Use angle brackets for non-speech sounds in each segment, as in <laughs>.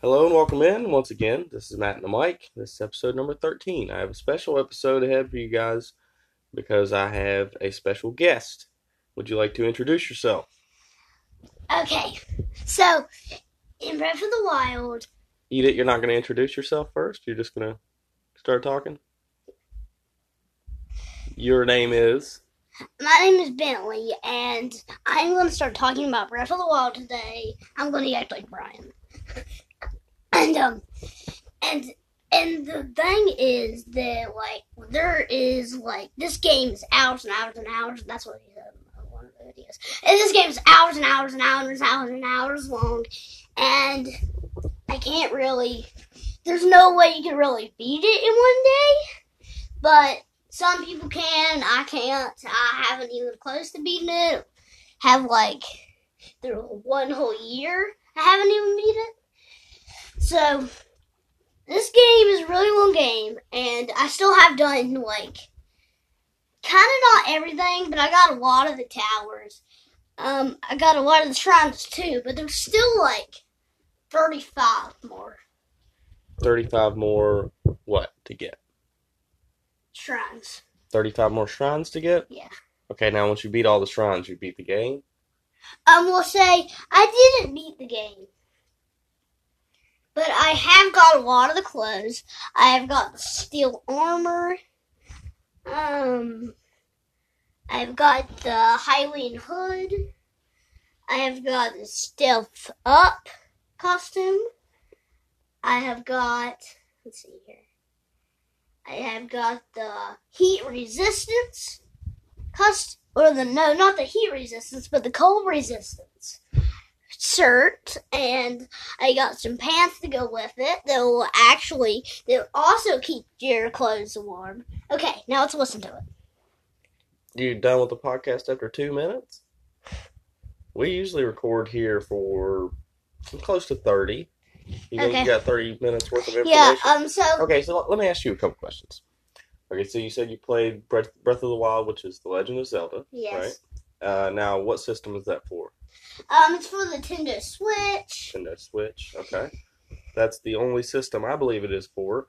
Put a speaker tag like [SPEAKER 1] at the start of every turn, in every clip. [SPEAKER 1] Hello and welcome in once again. This is Matt and the Mike. This is episode number 13. I have a special episode ahead for you guys because I have a special guest. Would you like to introduce yourself?
[SPEAKER 2] Okay, so in Breath of the Wild,
[SPEAKER 1] Eat it, you're not going to introduce yourself first. You're just going to start talking. Your name is.
[SPEAKER 2] my name is Bentley, and I'm going to start talking about Breath of the Wild today. I'm going to act like Brian. <laughs> and um, and and the thing is that like there is like this game is hours and hours and hours. That's what he said in one of the videos. And this game is hours and hours and hours and hours and hours long, and I can't really. There's no way you can really beat it in one day, but some people can. I can't. I haven't even close to beating it. Have like through one whole year. I haven't even beat it. So this game is a really long game, and I still have done like kind of not everything, but I got a lot of the towers. Um, I got a lot of the shrines too, but there's still like thirty-five more
[SPEAKER 1] 35 more what to get?
[SPEAKER 2] shrines.
[SPEAKER 1] 35 more shrines to get?
[SPEAKER 2] Yeah.
[SPEAKER 1] Okay, now once you beat all the shrines, you beat the game.
[SPEAKER 2] Um, will say I didn't beat the game, but I have got a lot of the clothes. I have got the steel armor. Um, I've got the Halloween hood. I have got the stealth up costume. I have got let's see here. I have got the heat resistance cost or the no, not the heat resistance, but the cold resistance shirt, and I got some pants to go with it that will actually that also keep your clothes warm. Okay, now let's listen to it.
[SPEAKER 1] You done with the podcast after two minutes? We usually record here for close to 30. You know,
[SPEAKER 2] Okay.
[SPEAKER 1] you got 30 minutes worth of information.
[SPEAKER 2] Yeah. Um. So
[SPEAKER 1] Okay, so let- let me ask you a couple questions. Okay, so you said you played Breath, Breath of the Wild, which is The Legend of Zelda.
[SPEAKER 2] yes.
[SPEAKER 1] Uh, now, what system is that for?
[SPEAKER 2] Um. It's for the Nintendo Switch.
[SPEAKER 1] Nintendo Switch. Okay. That's the only system I believe it is for.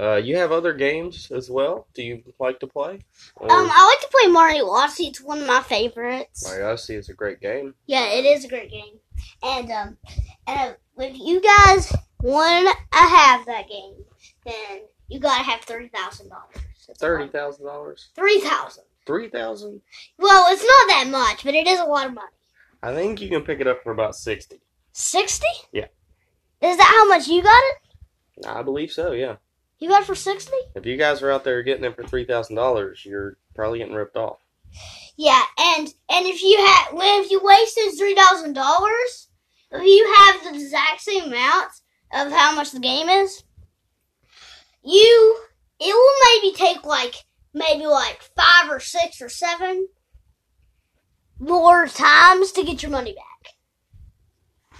[SPEAKER 1] Uh, you have other games as well? Do you like to play? Or, Oh
[SPEAKER 2] Um. I like to play Mario Odyssey. It's one of my favorites.
[SPEAKER 1] Mario Odyssey is a great game.
[SPEAKER 2] Yeah, it is a great game. And um, and if you guys want to have that game, then you gotta have thirty thousand dollars.
[SPEAKER 1] $30,000?
[SPEAKER 2] Three thousand.
[SPEAKER 1] 3000
[SPEAKER 2] Well, it's not that much, but it is a lot of money.
[SPEAKER 1] I think you can pick it up for about sixty.
[SPEAKER 2] Sixty?
[SPEAKER 1] Yeah.
[SPEAKER 2] Is that how much you got it?
[SPEAKER 1] I believe so. Yeah.
[SPEAKER 2] You got it for sixty?
[SPEAKER 1] If you guys are out there getting it for three thousand dollars, you're probably getting ripped off.
[SPEAKER 2] Yeah, and and if you had, if you wasted three thousand dollars, if you have the exact same amount of how much the game is, you it will maybe take like maybe like five or six or seven more times to get your money back.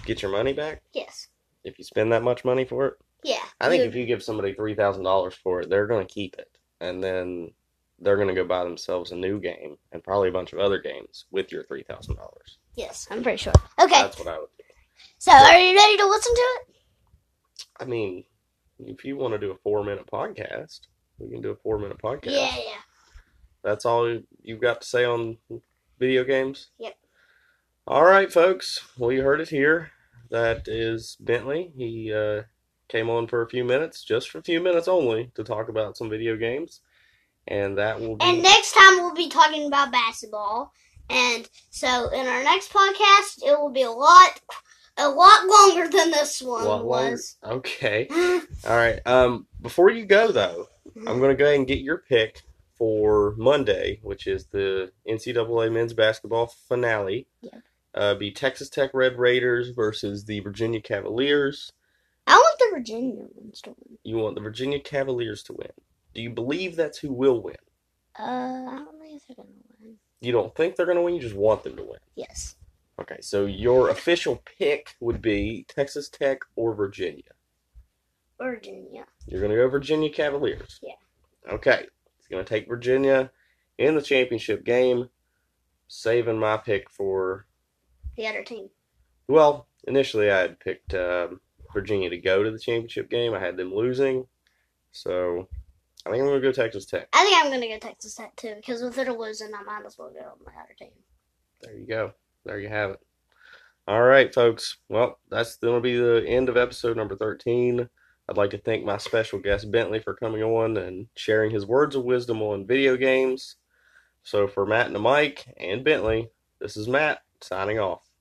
[SPEAKER 1] Get your money back
[SPEAKER 2] Yes.
[SPEAKER 1] if you spend that much money for it.
[SPEAKER 2] Yeah.
[SPEAKER 1] I think if you give somebody three thousand dollars for it, they're gonna keep it, and then they're gonna go buy themselves a new game and probably a bunch of other games with your three thousand dollars.
[SPEAKER 2] Yes, I'm pretty sure. Okay,
[SPEAKER 1] That's what I would. do.
[SPEAKER 2] so are you ready to listen to it?
[SPEAKER 1] I mean, if you want to do a four minute podcast, we can do a four minute podcast.
[SPEAKER 2] Yeah, yeah.
[SPEAKER 1] That's all you've got to say on video games?
[SPEAKER 2] Yep.
[SPEAKER 1] All right, folks. Well, you heard it here. That is Bentley. He uh, came on for a few minutes, just for a few minutes only, to talk about some video games. And that will be.
[SPEAKER 2] And next time we'll be talking about basketball. And so in our next podcast, it will be a lot, a lot longer than this one
[SPEAKER 1] Lot longer.
[SPEAKER 2] was. <gasps> <laughs>
[SPEAKER 1] Okay. All right. Um, before you go, though, I'm going to go ahead and get your pick for Monday, which is the NCAA men's basketball finale.
[SPEAKER 2] Yeah.
[SPEAKER 1] Uh, be Texas Tech Red Raiders versus the Virginia Cavaliers.
[SPEAKER 2] I want the Virginia ones to win.
[SPEAKER 1] You want the Virginia Cavaliers to win. Do you believe that's who will win?
[SPEAKER 2] Uh, I don't think they're gonna win.
[SPEAKER 1] You don't think they're going to win, you just want them to win.
[SPEAKER 2] Yes,
[SPEAKER 1] Okay, so your official pick would be Texas Tech or Virginia.
[SPEAKER 2] Virginia.
[SPEAKER 1] You're going to go Virginia Cavaliers.
[SPEAKER 2] Yeah.
[SPEAKER 1] Okay, it's going to take Virginia in the championship game, saving my pick for,
[SPEAKER 2] The other team.
[SPEAKER 1] well, initially I had picked um, Virginia to go to the championship game. I had them losing, so I think I'm gonna go Texas Tech.
[SPEAKER 2] I think I'm gonna go Texas Tech too because if they're losing, I might as well go on my other team.
[SPEAKER 1] There you go. There you have it. All right, folks. Well, that's going to be the end of episode number 13. I'd like to thank my special guest, Bentley, for coming on and sharing his words of wisdom on video games. So, for Matt and the Mike and Bentley, this is Matt signing off.